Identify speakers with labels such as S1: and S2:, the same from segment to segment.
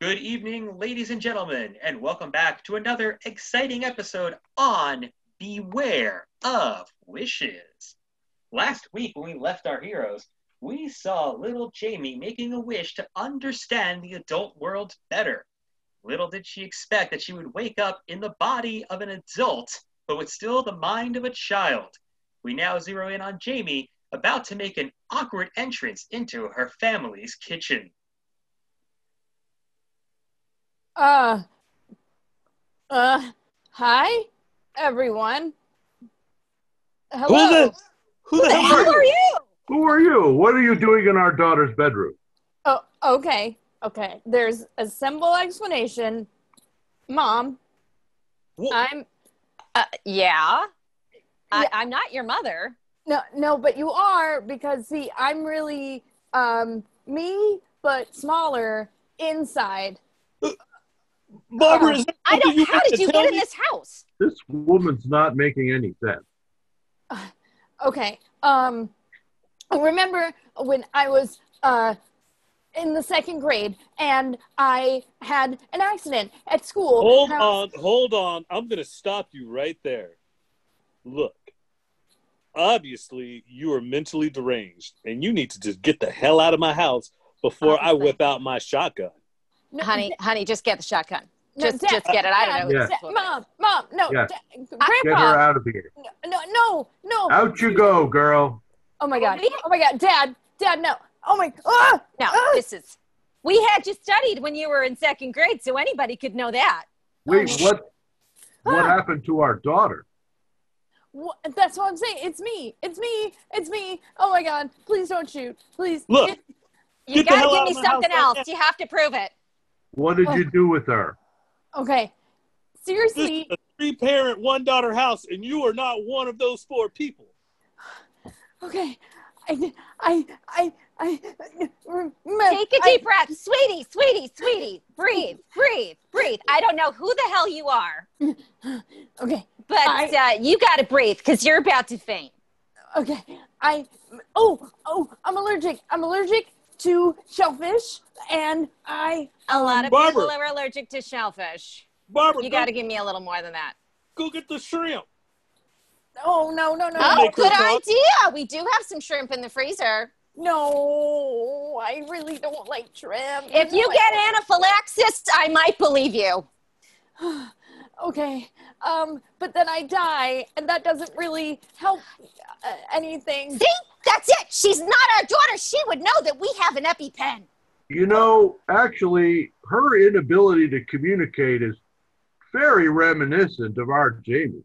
S1: Good evening, ladies and gentlemen, and welcome back to another exciting episode on Beware of Wishes. Last week, when we left our heroes, we saw little Jamie making a wish to understand the adult world better. Little did she expect that she would wake up in the body of an adult, but with still the mind of a child. We now zero in on Jamie, about to make an awkward entrance into her family's kitchen.
S2: Uh, uh, hi, everyone. Hello.
S3: Who the, who the,
S2: Who the
S3: hell are you?
S2: you?
S4: Who are you? What are you doing in our daughter's bedroom?
S2: Oh, okay, okay. There's a simple explanation. Mom,
S3: Wha-
S2: I'm
S5: Uh, yeah. I,
S2: Yeah.
S5: I'm not your mother.
S2: no, no, but you are because see, I'm really um me, but smaller inside.
S3: Barbara, is there
S5: I
S3: something
S5: don't.
S3: you
S5: how
S3: have
S5: did
S3: to
S5: you
S3: tell
S5: get in
S3: me?
S5: this house?
S4: This woman's not making any sense.
S2: Okay. Um, remember when I was uh in the second grade and I had an accident at school.
S3: Hold
S2: and I was-
S3: on, hold on. I'm going to stop you right there. Look, obviously, you are mentally deranged, and you need to just get the hell out of my house before I whip out my shotgun.
S2: No,
S5: honey, honey, just get the shotgun.
S2: No,
S5: Just,
S2: Dad-
S5: just get it. I
S2: Dad,
S5: don't know.
S4: Yeah.
S5: what this
S2: Dad-
S5: was.
S2: Mom, mom, no,
S4: Yeah.
S2: Dad-
S4: Get her
S2: Grandpa,
S4: out of here.
S2: no, no, no.
S4: Out you go, girl.
S2: Oh my god,
S5: We-
S2: oh my god, Dad, Dad, no. Oh my, ah!
S5: No, this is. We had you studied when you were in second grade, so anybody could know that.
S4: Wait,
S2: Oh.
S4: what? What
S2: Ah.
S4: happened to our daughter?
S2: Wha- that's what I'm saying. It's me, it's me, it's me. Oh my god, please don't shoot, please.
S3: Look,
S2: It-
S5: You
S3: Get the hell
S5: gotta
S3: out of
S5: give me
S3: my
S5: something
S3: house
S5: else.
S3: right
S5: You have to prove it.
S4: What did
S2: Oh.
S4: you do with her?
S2: okay,
S3: This is
S2: seriously,
S3: a three parent, one daughter house, and you are not one of those four people.
S2: okay. I, I, I, I.
S5: Take
S2: I-
S5: a deep breath, sweetie, sweetie, sweetie. Breathe, breathe, breathe. I don't know who the hell you are,
S2: okay,
S5: but uh, you gotta breathe because you're about to faint.
S2: okay. I. Oh, oh, I'm allergic. I'm allergic to shellfish, and I.
S5: A lot of
S3: Barbara.
S5: people are allergic to shellfish.
S3: Barbara,
S5: You
S3: go,
S5: gotta give me a little more than that.
S3: go get the shrimp.
S2: Oh no, no, no.
S3: I'll
S5: Oh,
S3: make
S5: good
S3: croutons.
S5: idea. We do have some shrimp in the freezer.
S2: No, I really don't like shrimp.
S5: If you
S2: No, I-
S5: get anaphylaxis, I might believe you.
S2: okay, um, but then I die, and that doesn't really help uh, anything.
S5: See? That's it. She's not our daughter. She would know that we have an EpiPen.
S4: You know, actually, her inability to communicate is very reminiscent of our Jamie.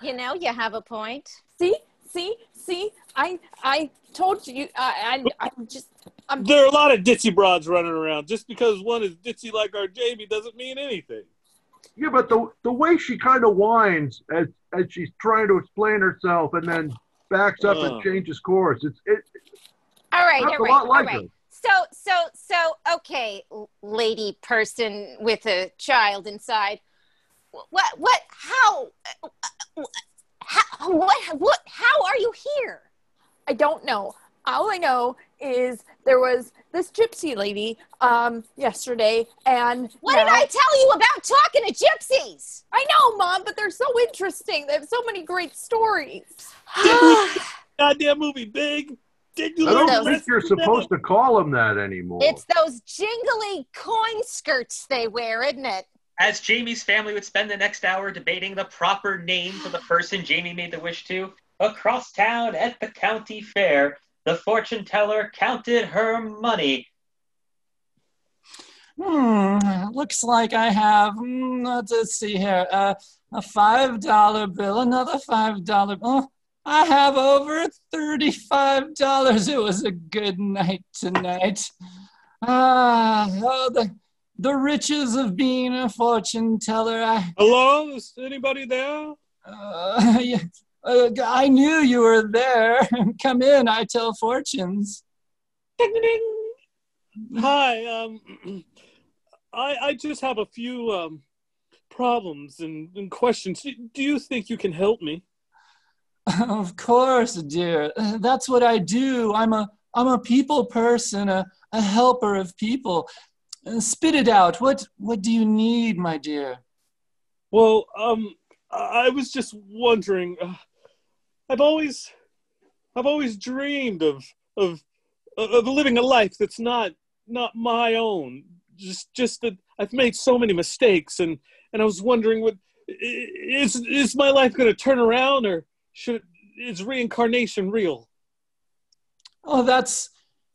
S5: You know, you have a point.
S2: See, see, see. I, I told you. I, I, I'm just. I'm.
S3: There are a lot of ditzy broads running around. Just because one is ditzy like our Jamie doesn't mean anything.
S4: Yeah, but the the way she kind of whines as as she's trying to explain herself and then backs up
S3: Oh.
S4: and changes course. It's it,
S5: All right,
S4: That's
S5: all
S4: a
S5: right,
S4: lot
S5: all
S4: like
S5: right.
S4: her.
S5: So, so, so, okay, l- lady person with a child inside. Wh- What, what, how, uh, uh, how, what, what, how are you here?
S2: I don't know. All I know is there was this gypsy lady um yesterday, and
S5: What
S2: now-
S5: did I tell you about talking to gypsies?
S2: I know, mom, but they're so interesting. They have so many great stories.
S3: Goddamn movie, big. Did you
S4: I
S3: learn
S5: those-
S4: don't
S3: the
S4: think
S3: lesson
S4: you're
S3: from that?
S4: supposed to call them that anymore.
S5: It's those jingly coin skirts they wear, isn't it?
S1: As Jamie's family would spend the next hour debating the proper name for the person Jamie made the wish to, across town at the county fair, the fortune teller counted her money.
S6: Hmm, looks like I have, hmm, let's let's see here, uh, a $5 bill, another $5 bill. Oh, I have over $35. It was a good night tonight. Ah, oh, the, the riches of being a fortune teller. I,
S3: Hello, is anybody there?
S6: uh, yeah, uh, I knew you were there. Come in, I tell fortunes.
S3: Ding, ding, ding. Hi, um, I I just have a few um problems and, and questions. Do, do you think you can help me?
S6: Of course, dear. That's what I do. I'm a I'm a people person, a, a helper of people. Uh, Spit it out. What what do you need, my dear?
S3: Well, um, I I was just wondering. Uh, I've always, I've always dreamed of of of living a life that's not not my own. Just just that I've made so many mistakes, and and I was wondering, what i- is is my life going to turn around, or should is reincarnation real?
S6: Oh, that's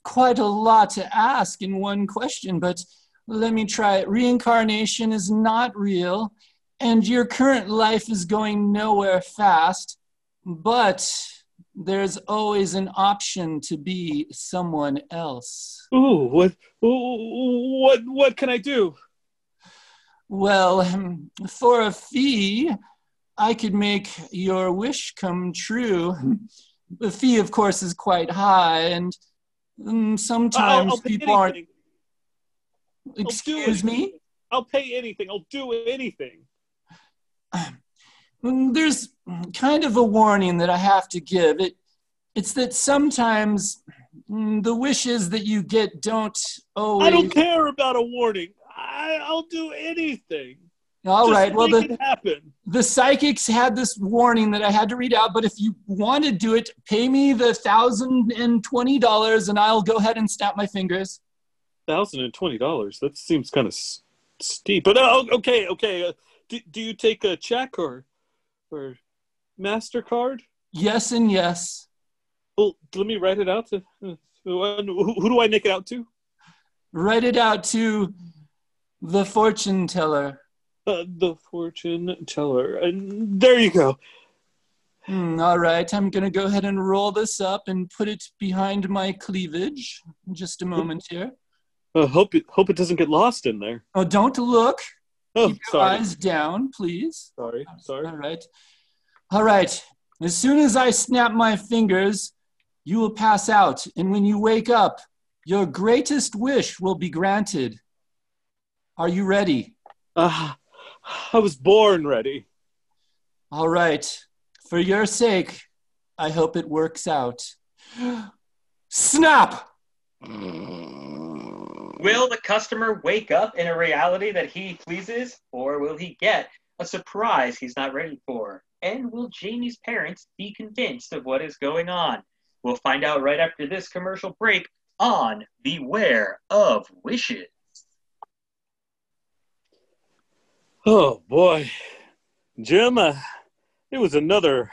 S6: quite a lot to ask in one question, but let me try it. Reincarnation is not real, and your current life is going nowhere fast, but there's always an option to be someone else.
S3: Ooh, what ooh, what what can I do?
S6: Well, for a fee, I could make your wish come true. The fee, of course, is quite high, and mm,
S3: I'll,
S6: sometimes
S3: I'll pay
S6: people aren't.
S3: anything. I'll do
S6: Excuse
S3: anything.
S6: me?
S3: I'll pay anything. I'll do anything.
S6: Mm, There's kind of a warning that I have to give. It, it's that sometimes mm, the wishes that you get don't always.
S3: I don't care about a warning. I, I'll do anything.
S6: All
S3: Just
S6: right. Well,
S3: make
S6: the,
S3: it happen.
S6: the psychics had this warning that I had to read out, but if you want to do it, pay me the thousand and twenty dollars, and I'll go ahead and snap my fingers.
S3: Thousand and twenty dollars. That seems kind of s- steep. But oh, okay, okay. Uh, do, do you take a check or or Mastercard?
S6: Yes and yes.
S3: Well, let me write it out to. uh, Who, who do I make it out to?
S6: Write it out to the fortune teller.
S3: Uh, the fortune teller. And there you go.
S6: Hmm, all right, I'm gonna go ahead and roll this up and put it behind my cleavage. Just a moment here.
S3: Uh, hope it, hope it doesn't get lost in there.
S6: Oh, don't look.
S3: Oh,
S6: Keep your
S3: sorry,
S6: eyes down, please.
S3: sorry, sorry.
S6: All right. All right. As soon as I snap my fingers, you will pass out. And when you wake up, your greatest wish will be granted. Are you ready?
S3: Ah, I was born ready.
S6: All right. For your sake, I hope it works out. Snap!
S1: Will the customer wake up in a reality that he pleases, or will he get a surprise he's not ready for? And will Jamie's parents be convinced of what is going on? We'll find out right after this commercial break on Beware of Wishes.
S3: Oh boy, Jim, uh, it was another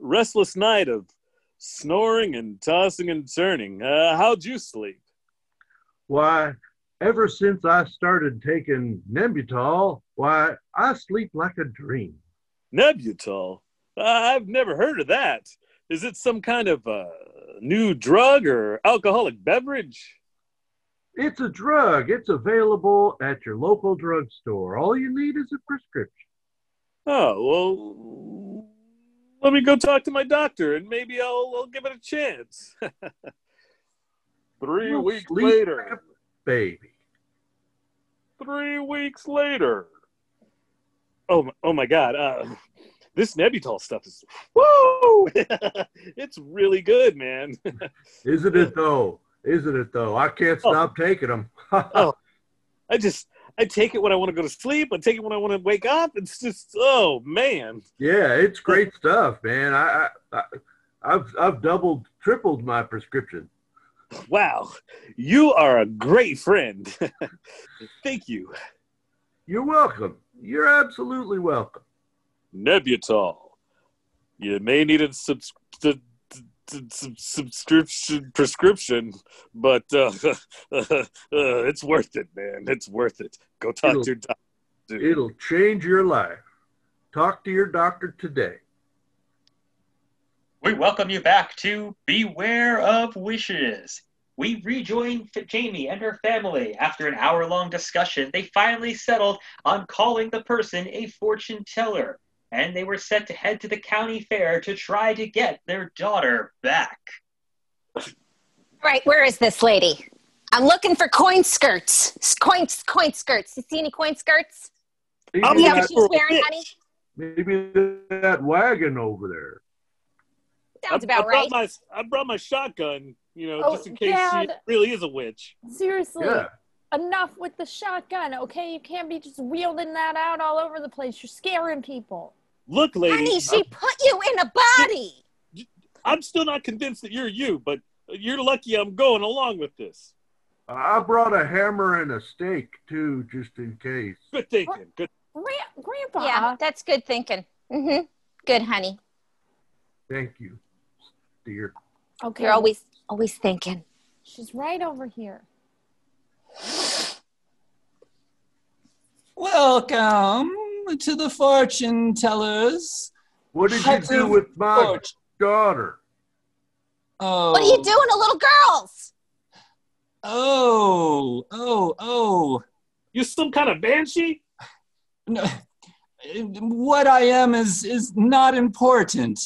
S3: restless night of snoring and tossing and turning. Uh, how'd you sleep?
S4: Why, ever since I started taking Nembutol, why, I sleep like a dream.
S3: Nebutol? Uh, I've never heard of that. Is it some kind of uh, new drug or alcoholic beverage?
S4: It's a drug. It's available at your local drugstore. All you need is a prescription.
S3: Oh, well, let me go talk to my doctor and maybe I'll, I'll give it a chance. Three
S4: You'll
S3: weeks
S4: sleep like
S3: later.
S4: a Baby.
S3: Three weeks later. Oh, my- oh my God. Uh, this Nebutol stuff is, woo! it's really good, man.
S4: Isn't it though? Isn't it though? I can't
S3: Oh.
S4: stop taking them.
S3: Oh. I just, I take it when I want to go to sleep. I take it when I want to wake up. It's just, oh, man.
S4: yeah, it's great stuff, man. I, I, I I've I've doubled, tripled my prescription.
S3: Wow. You are a great friend. Thank you.
S4: You're welcome. You're absolutely welcome.
S3: Nebutol. You may need a subs- t- t- t- sub- subscription prescription, but uh, uh, it's worth it, man. It's worth it. Go talk
S4: It'll-
S3: to your doctor. dude.
S4: It'll change your life. Talk to your doctor today.
S1: We welcome you back to Beware of Wishes. We rejoin F- Jamie and her family. After an hour long discussion, they finally settled on calling the person a fortune teller, and they were set to head to the county fair to try to get their daughter back.
S5: Right, where is this lady? I'm looking for coin skirts. S- Coin, coin skirts. You see any coin skirts?
S4: Maybe
S3: I'm
S5: Is that
S3: looking
S5: what
S4: that,
S5: she's wearing, honey?
S4: maybe that wagon over there.
S5: Sounds
S3: I, I
S5: about
S3: brought
S5: right.
S3: My, I brought my shotgun, you know,
S2: Oh,
S3: just in case she
S2: Dad.
S3: really is a witch.
S2: Seriously.
S4: Yeah.
S2: enough with the shotgun, okay? You can't be just wielding that out all over the place. You're scaring people.
S3: Look, lady,
S5: Honey, she put you in a body.
S3: I'm still not convinced that you're you, but you're lucky I'm going along with this.
S4: I brought a hammer and a stake too, just in case.
S3: Good thinking. Good.
S2: Gran- Grandpa,
S5: Yeah, that's good thinking. Mm-hmm. Good, honey.
S4: Thank you, dear.
S2: okay,
S5: You're always always thinking.
S2: she's right over here.
S6: Welcome to the fortune tellers.
S4: What did you do with my
S6: Fortune.
S4: daughter?
S6: Oh.
S5: What are you doing to little girls?
S6: Oh, oh, oh.
S3: You some kind of banshee?
S6: No. What I am is is not important,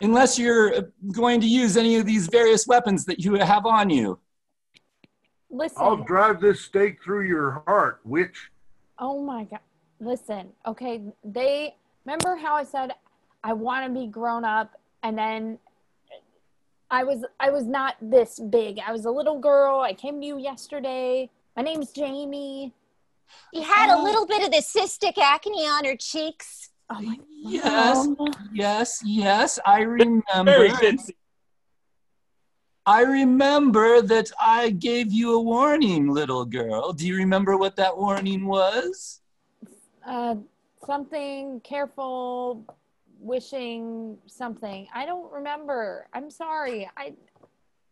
S6: unless you're going to use any of these various weapons that you have on you.
S2: Listen.
S4: I'll drive this stake through your heart, witch.
S2: Oh my god. Listen, okay, they remember how I said I want to be grown up and then I was I was not this big. I was a little girl. I came to you yesterday. My name's Jamie.
S5: She had a
S6: Oh.
S5: little bit of the cystic acne on her cheeks.
S2: Oh my
S6: Yes,
S2: God.
S6: yes, yes. I
S3: Very
S6: remember.
S3: fancy.
S6: I remember that I gave you a warning, little girl. Do you remember what that warning was?
S2: Uh something careful wishing something. I don't remember. I'm sorry. I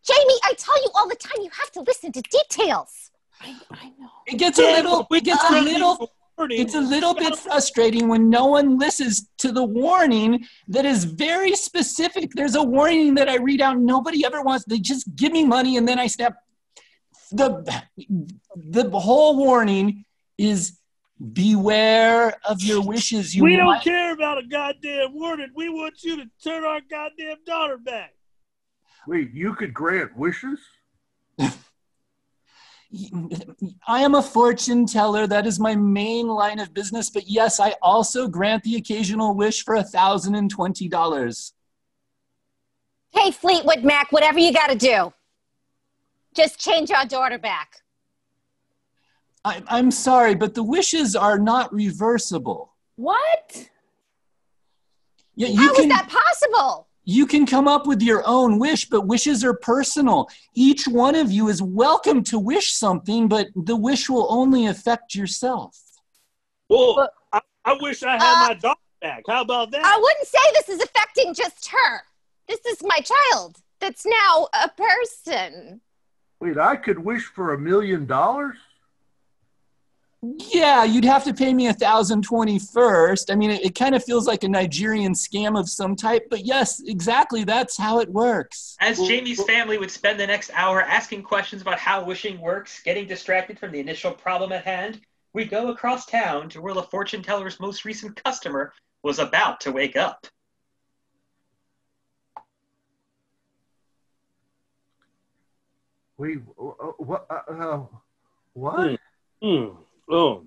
S5: Jamie, I tell you all the time, you have to listen to details.
S2: I, I know.
S6: It gets a little. It gets a little
S3: Warning.
S6: It's a little bit frustrating when no one listens to the warning that is very specific. There's a warning that I read out. Nobody ever wants. They just give me money and then I snap. The the whole warning is beware of your wishes. You
S3: we don't
S6: might-
S3: care about a goddamn warning. We want you to turn our goddamn daughter back.
S4: Wait, you could grant wishes?
S6: I am a fortune teller. That is my main line of business. But yes, I also grant the occasional wish for a thousand and twenty dollars.
S5: Hey, Fleetwood Mac, whatever you got to do, just change our daughter back.
S6: I, I'm sorry, but the wishes are not reversible.
S2: What?
S6: Yeah,
S5: How
S6: you
S5: is
S6: can
S5: that possible?
S6: you can come up with your own wish, but wishes are personal. Each one of you is welcome to wish something, but the wish will only affect yourself.
S3: Well,
S2: But-
S3: I, I wish I had my daughter back. How about that?
S5: I wouldn't say this is affecting just her. This is my child that's now a person.
S4: Wait, I could wish for a million dollars?
S6: Yeah, you'd have to pay me a thousand twenty first. I mean, it, it kind of feels like a Nigerian scam of some type, but yes, exactly. That's how it works.
S1: As
S4: Well,
S1: Jamie's
S4: well-
S1: family would spend the next hour asking questions about how wishing works, getting distracted from the initial problem at hand, we go across town to where the fortune teller's most recent customer was about to wake up.
S4: Wait, what? Uh, uh, what?
S3: Hmm. Mm. Oh.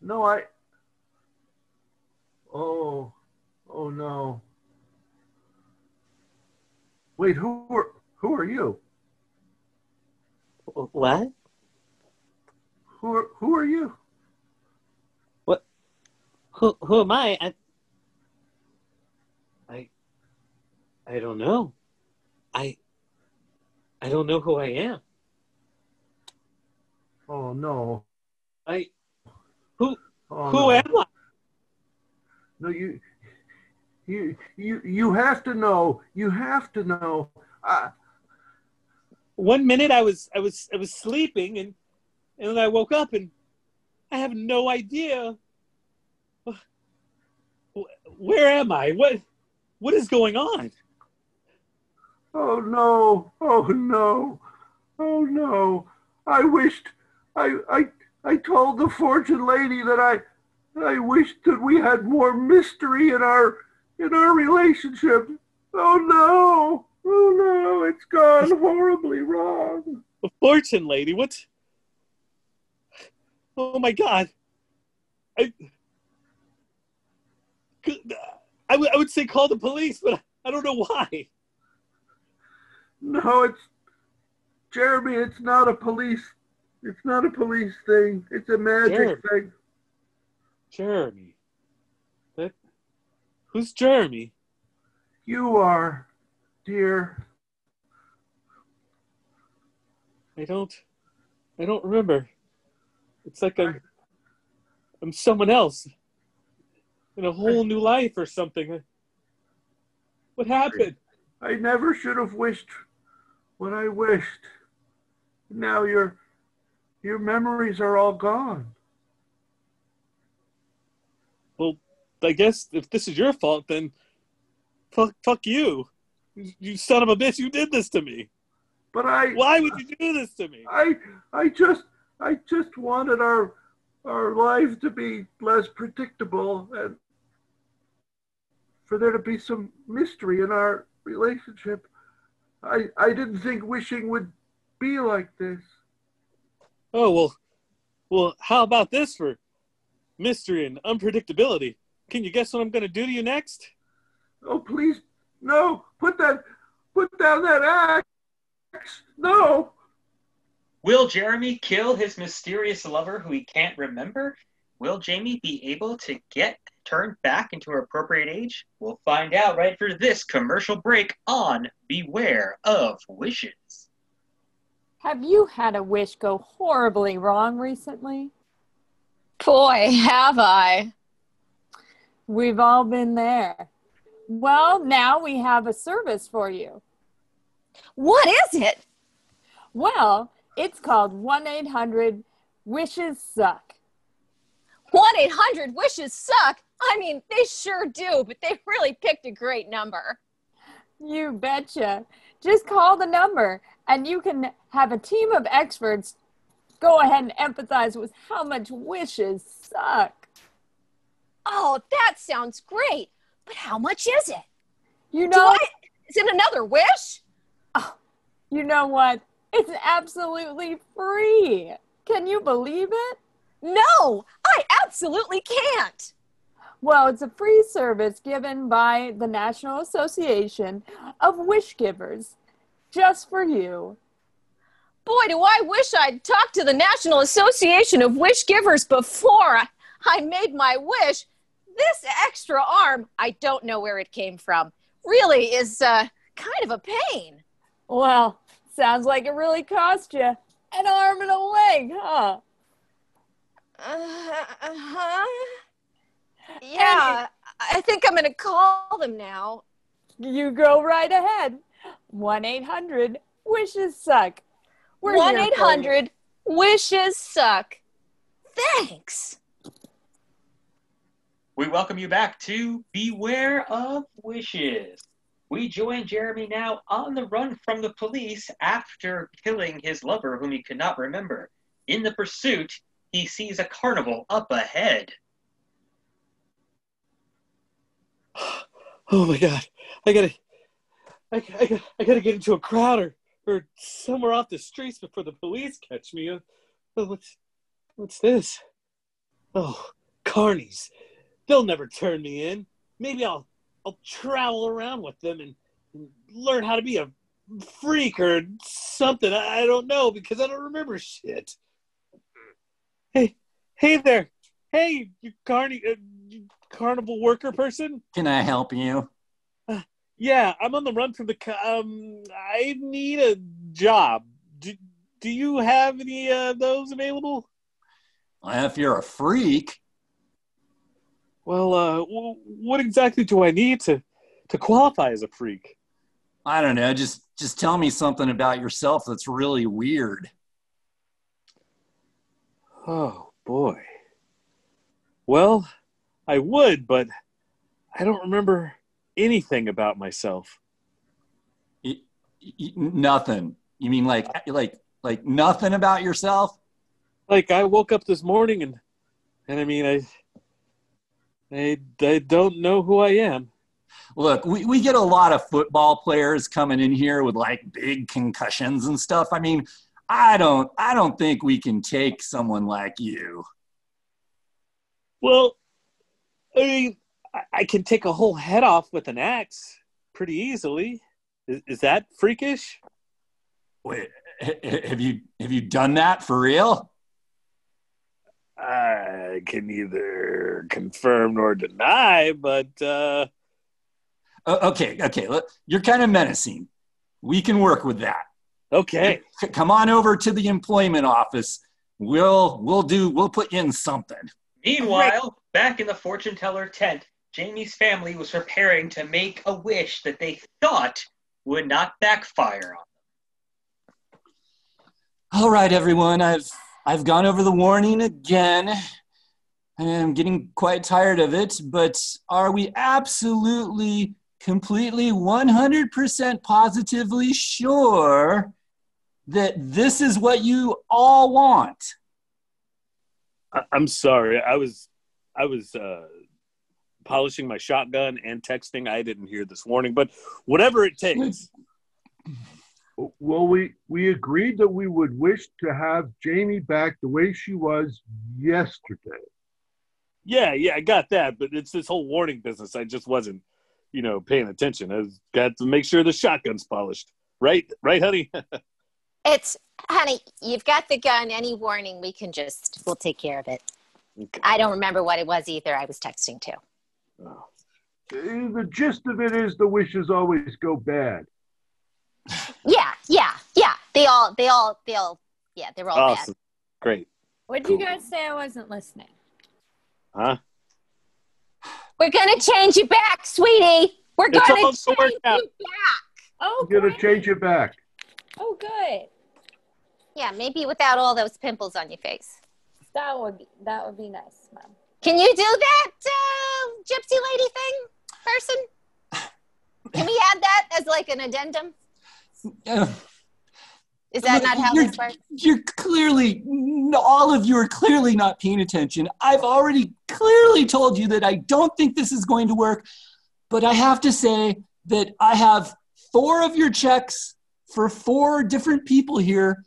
S4: No, I. Oh, oh no. Wait, who are who are you?
S7: What?
S4: Who are, who are you?
S7: Who? Who am I? I, I, I don't know. I, I don't know who I am.
S4: Oh no.
S7: I,
S4: Oh,
S7: who
S4: no.
S7: am I?
S4: No, you, you, you, you have to know. You have to know. I,
S7: One minute I was, I was, I was sleeping, and and then I woke up, and I have no idea. wh- Where am I? What, what is going on?
S4: oh no. Oh no. Oh no. I wished. I I I told the fortune lady that I. I wished that we had more mystery in our in our relationship. Oh no. Oh no. It's gone horribly wrong.
S7: A fortune lady? What? Oh my god! I, Good- I would- I would say call the police, but I don't know why.
S4: No, it's Jeremy. It's not a police It's not a police thing. It's a magic
S3: Sure.
S4: thing.
S3: Jeremy. That who's Jeremy?
S4: You are, dear.
S3: I don't I don't remember. It's like I'm I'm someone else in a whole new life or something. What happened?
S4: I never should have wished what I wished. Now your your memories are all gone.
S3: I guess if this is your fault then fuck fuck you. You son of a bitch, you did this to me.
S4: But I
S3: Why would you do this to me?
S4: I I just I just wanted our our life to be less predictable and for there to be some mystery in our relationship. I I didn't think wishing would be like this.
S3: Oh well, well. How about this for mystery and unpredictability? Can you guess what I'm going to do to you next?
S4: Oh please no, put that put down that axe. No.
S1: Will Jeremy kill his mysterious lover who he can't remember? Will Jamie be able to get turned back into her appropriate age? We'll find out right after this commercial break on Beware of Wishes.
S2: Have you had a wish go horribly wrong recently?
S5: Boy, have I.
S2: We've all been there. Well, now we have a service for you.
S5: What is it?
S2: Well, it's called 1 800 Wishes Suck.
S5: 1 800 wishes suck. I mean, they sure do, but they really picked a great number.
S2: You betcha. Just call the number and you can have a team of experts go ahead and empathize with how much wishes suck.
S5: Oh, that sounds great. But how much is it?
S2: You
S5: Do
S2: know,
S5: I, is it another wish?
S2: you know what? It's absolutely free. Can you believe it?
S5: No, I absolutely can't.
S2: Well, it's a free service given by the National Association of Wish Givers just for you.
S5: Boy, do I wish I'd talked to the National Association of Wish Givers before I, I made my wish. This extra arm, I don't know where it came from, really is uh, kind of a pain.
S2: Well, sounds like it really cost you an arm and a leg, huh?
S5: Uh
S8: Uh-huh.
S5: huh. Yeah, I think I'm going to call them now.
S2: You go right ahead. 1 800 Wishes Suck. We're here
S5: 1
S2: for you.
S5: 800 Wishes Suck. Thanks.
S1: We welcome you back to Beware of Wishes. We join Jeremy now on the run from the police after killing his lover, whom he could not remember. In the pursuit, he sees a carnival up ahead.
S3: Oh my god! I gotta, I, I, gotta- I gotta get into a crowd or, or somewhere off the streets before the police catch me. Uh, oh, what's, what's this? Oh, carnies! They'll never turn me in. Maybe I'll, I'll travel around with them and, and learn how to be a freak or something. I, I don't know because I don't remember shit. Hey, hey there! Hey, you carny, uh, you carnival worker person.
S6: Can I help you?
S3: Yeah, I'm on the run from the. co- Um, I need a job. Do, do you have any uh, those available?
S6: Well, if you're a freak,
S3: Well, uh, w- what exactly do I need to to qualify as a freak?
S6: I don't know. Just just tell me something about yourself that's really weird.
S3: Oh boy. Well, I would, but I don't remember anything about myself.
S6: Y- y- nothing. You mean like like like nothing about yourself?
S3: Like I woke up this morning and and I mean I I, I don't know who I am.
S6: Look, we, we get a lot of football players coming in here with like big concussions and stuff. I mean, I don't I don't think we can take someone like you.
S3: Well, I mean, I, I can take a whole head off with an axe pretty easily. Is, is that freakish?
S6: Wait, h- h- have you have you done that for real?
S3: I can neither confirm nor deny, but uh,
S6: O- okay, okay. look, You're kind of menacing. We can work with that.
S3: okay.
S6: C- Come on over to the employment office. We'll we'll do we'll put you in something.
S1: Meanwhile, back in the fortune teller tent, Jamie's family was preparing to make a wish that they thought would not backfire on.
S6: All right, everyone. I've I've gone over the warning again. and I'm getting quite tired of it, but are we absolutely completely 100% positively sure that this is what you all want?
S3: I- I'm sorry. I was, I was uh, polishing my shotgun and texting. I didn't hear this warning, but whatever it takes.
S4: Well, we we agreed that we would wish to have Jamie back the way she was yesterday.
S3: Yeah, yeah, I got that. But it's this whole warning business. I just wasn't, you know, paying attention. I was- got to make sure the shotgun's polished. Right, right, honey.
S5: It's, honey, you've got the gun. Any warning, we can just, we'll take care of it. I don't remember what it was either. I was texting too.
S3: Oh,
S4: Uh, The gist of it is the wishes always go bad.
S5: Yeah, yeah, yeah. They all, they all, they all, yeah, they're all
S3: awesome, great.
S8: What did you guys say? I wasn't listening.
S3: Huh?
S5: bad. We're going to change you back, sweetie. We're
S3: It's
S5: going to
S3: all
S5: change you
S3: sorted out.
S5: back.
S8: Oh,
S4: We're gonna
S8: great.
S4: change it back.
S8: Oh, good.
S5: Yeah, maybe without all those pimples on your face.
S8: That would be that would be nice, mom.
S5: Can you do that uh, gypsy lady thing, person? Can we add that as like an addendum?
S6: Uh,
S5: Is that not how this
S6: You're-
S5: works?
S6: You're clearly, all of you are clearly not paying attention. I've already clearly told you that I don't think this is going to work, but I have to say that I have four of your checks for four different people here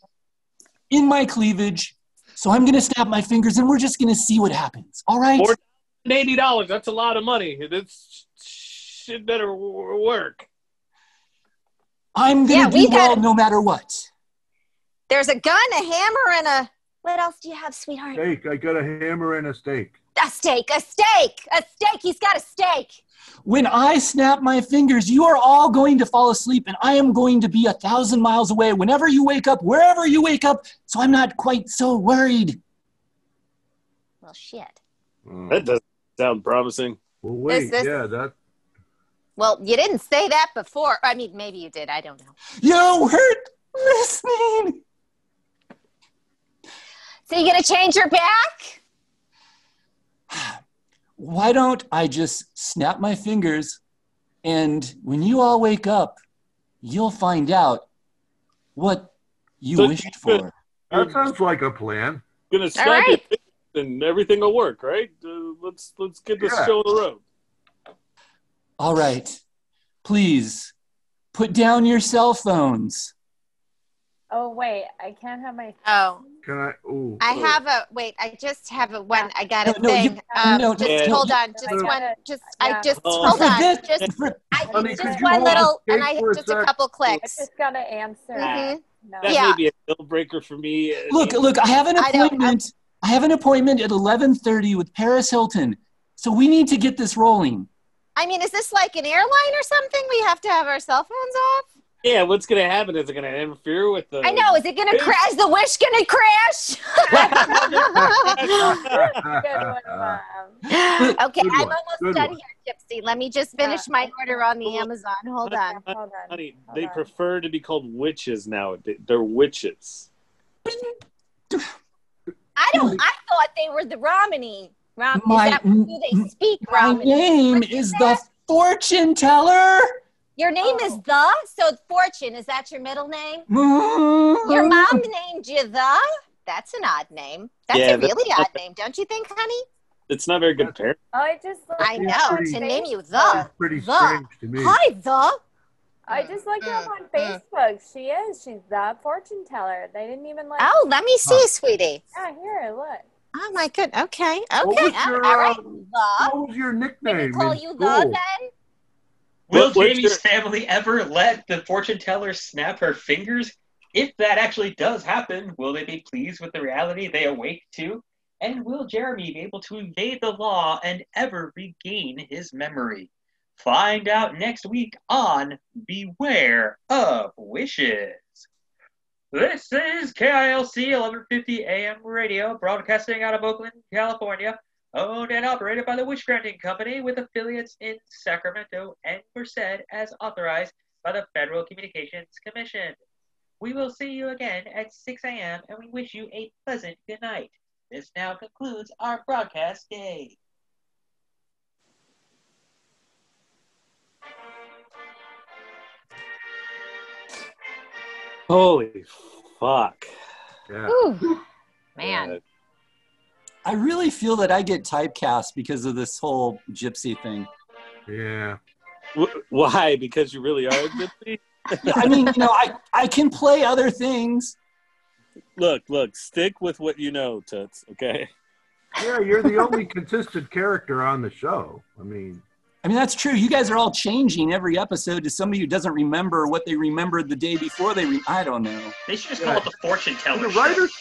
S6: in my cleavage. So I'm going to snap my fingers and we're just going to see what happens. All right?
S3: Four- Eighty dollars. That's a lot of money. This shit better w- work.
S6: I'm going
S5: Yeah,
S6: to
S5: we
S6: do well
S5: gotta-
S6: no matter what.
S5: There's a gun, a hammer, and a. What else do you have, sweetheart?
S4: Steak. I got a hammer and a steak.
S5: A steak, a steak, a steak. He's got a steak.
S6: When I snap my fingers, you are all going to fall asleep, and I am going to be a thousand miles away whenever you wake up, wherever you wake up, so I'm not quite so worried.
S5: Well, shit.
S3: That doesn't sound promising.
S4: Well, wait.
S5: this-
S4: Yeah, that.
S5: Well, you didn't say that before. I mean, maybe you did. I don't know.
S6: You weren't listening.
S5: So you gonna change your back?
S6: Why don't I just snap my fingers, and when you all wake up, you'll find out what you
S3: So-
S6: wished for.
S4: That sounds like a plan.
S3: Gonna snap
S5: right.
S3: your fingers and everything will work, right? Uh, let's let's get this
S4: Yeah.
S3: show on the road.
S6: All right, please put down your cell phones.
S8: Oh wait, I can't have my
S5: Oh,
S4: Can I? Ooh.
S5: I
S4: oh.
S5: have a wait. I just have a one. I got a
S6: No, no, you-
S5: thing. um,
S6: no,
S5: just
S3: no,
S5: hold
S6: you-
S5: on. Just
S8: I
S5: one.
S8: gotta-
S5: Just
S8: yeah.
S5: I just
S3: Oh.
S5: hold on.
S6: Forget-
S5: Just
S6: for-
S5: I,
S4: Honey, could
S5: just
S4: you
S5: one
S4: hold on
S5: little, and
S4: steak
S5: I
S4: for a
S5: just a
S4: sec?
S5: couple
S8: I
S5: clicks.
S8: just gotta answer.
S5: Mhm.
S8: No.
S3: That
S5: Yeah.
S3: may be a deal breaker for me.
S6: look look i have an
S5: I don't- I'm-
S6: appointment i have an appointment at 11.30 with paris hilton so we need to get this rolling
S5: I mean, is this like an airline or something? We have to have our cell phones off.
S3: Yeah, what's gonna happen? Is it gonna interfere with the?
S5: I know. Is it gonna
S3: It's-
S5: crash? Is the wish gonna crash?
S8: Good one,
S4: Uh,
S5: uh,
S8: mom.
S5: okay,
S4: Good
S5: I'm
S4: one,
S5: almost
S4: good
S5: done
S4: one.
S5: here, Gypsy. Let me just finish
S8: Uh,
S5: my order on the Amazon. Hold on.
S8: Hold on.
S3: Honey,
S8: Hold
S3: they
S8: on.
S3: prefer to be called witches nowadays. They're witches.
S5: I don't. I thought they were the Romany. Rom,
S6: My-
S5: is that who they speak
S6: my
S5: Romany?
S6: name
S5: What's
S6: is the
S5: that?
S6: fortune teller
S5: Your name is
S8: Oh.
S5: the. So fortune is that your middle name? Your
S4: Oh.
S6: your
S5: mom named you the. That's an odd name. That's
S3: Yeah,
S5: a
S3: that's-
S5: really odd name, don't you think, honey?
S3: It's not very good parent.
S8: Oh, I just looked
S5: I
S8: it
S5: know
S8: up
S4: pretty-
S5: to
S8: on
S5: name you
S8: Facebook.
S5: the.
S4: Pretty
S5: The-
S4: strange to me.
S5: Hi, the.
S8: I just looked her up
S5: Uh,
S8: on Facebook. She is. She's the fortune teller. They didn't even like.
S5: Oh, let me see, sweetie.
S8: Yeah, here, look.
S5: Oh my good. Okay, okay.
S4: What was
S5: all-
S4: your,
S5: all right.
S4: um,
S5: The.
S4: What was your
S5: Can
S4: nickname?
S5: we call
S4: in
S5: you the
S4: school?
S5: then?
S1: Will
S3: What- what's
S1: Jamie's
S3: your-
S1: family ever let the fortune teller snap her fingers? If that actually does happen, will they be pleased with the reality they awake to? And will Jeremy be able to evade the law and ever regain his memory? Find out next week on Beware of Wishes. This is KILC 1150 AM radio, broadcasting out of Oakland, California, owned and operated by the Wish Granting Company with affiliates in Sacramento and Merced as authorized by the Federal Communications Commission. We will see you again at 6 a.m. and we wish you a pleasant good night. This now concludes our broadcast day.
S3: Holy fuck.
S4: Yeah.
S2: Ooh, man.
S3: Uh,
S6: I really feel that I get typecast because of this whole gypsy thing.
S4: Yeah.
S3: Uh, wh- why? Because you really are a gypsy?
S6: I mean, you know, I, I can play other things.
S3: Look, look, stick with what you know, Toots, okay?
S4: Yeah, you're the only consistent character on the show. I mean,
S6: I mean, that's true. You guys are all changing every episode to somebody who doesn't remember what they remembered the day before they. Re- I don't know.
S1: They should just call it the fortune
S4: do
S1: teller.
S4: the
S1: show.
S4: writers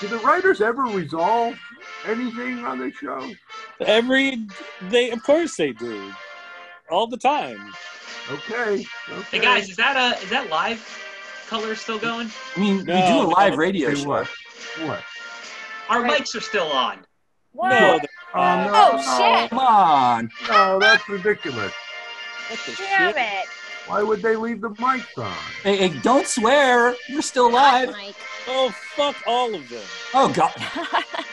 S4: do the writers ever resolve anything on the show?
S3: Every they of course they do. All the time.
S4: Okay.
S1: Hey
S4: okay.
S1: guys, is that uh is that live color still going?
S6: I mean, we
S3: No,
S6: do a
S3: no.
S6: live radio
S4: Say
S6: show.
S4: what? What?
S1: Our
S2: Right.
S1: mics are still on.
S9: What?
S3: No, that-
S4: Oh, no,
S2: Oh, shit.
S6: Come on.
S4: No, that's ridiculous.
S3: what the
S2: Damn
S3: shit?
S2: it.
S4: Why would they leave the mics on?
S6: Hey, hey, don't swear. We're still live.
S2: Mike.
S3: Oh fuck all of them.
S6: Oh God.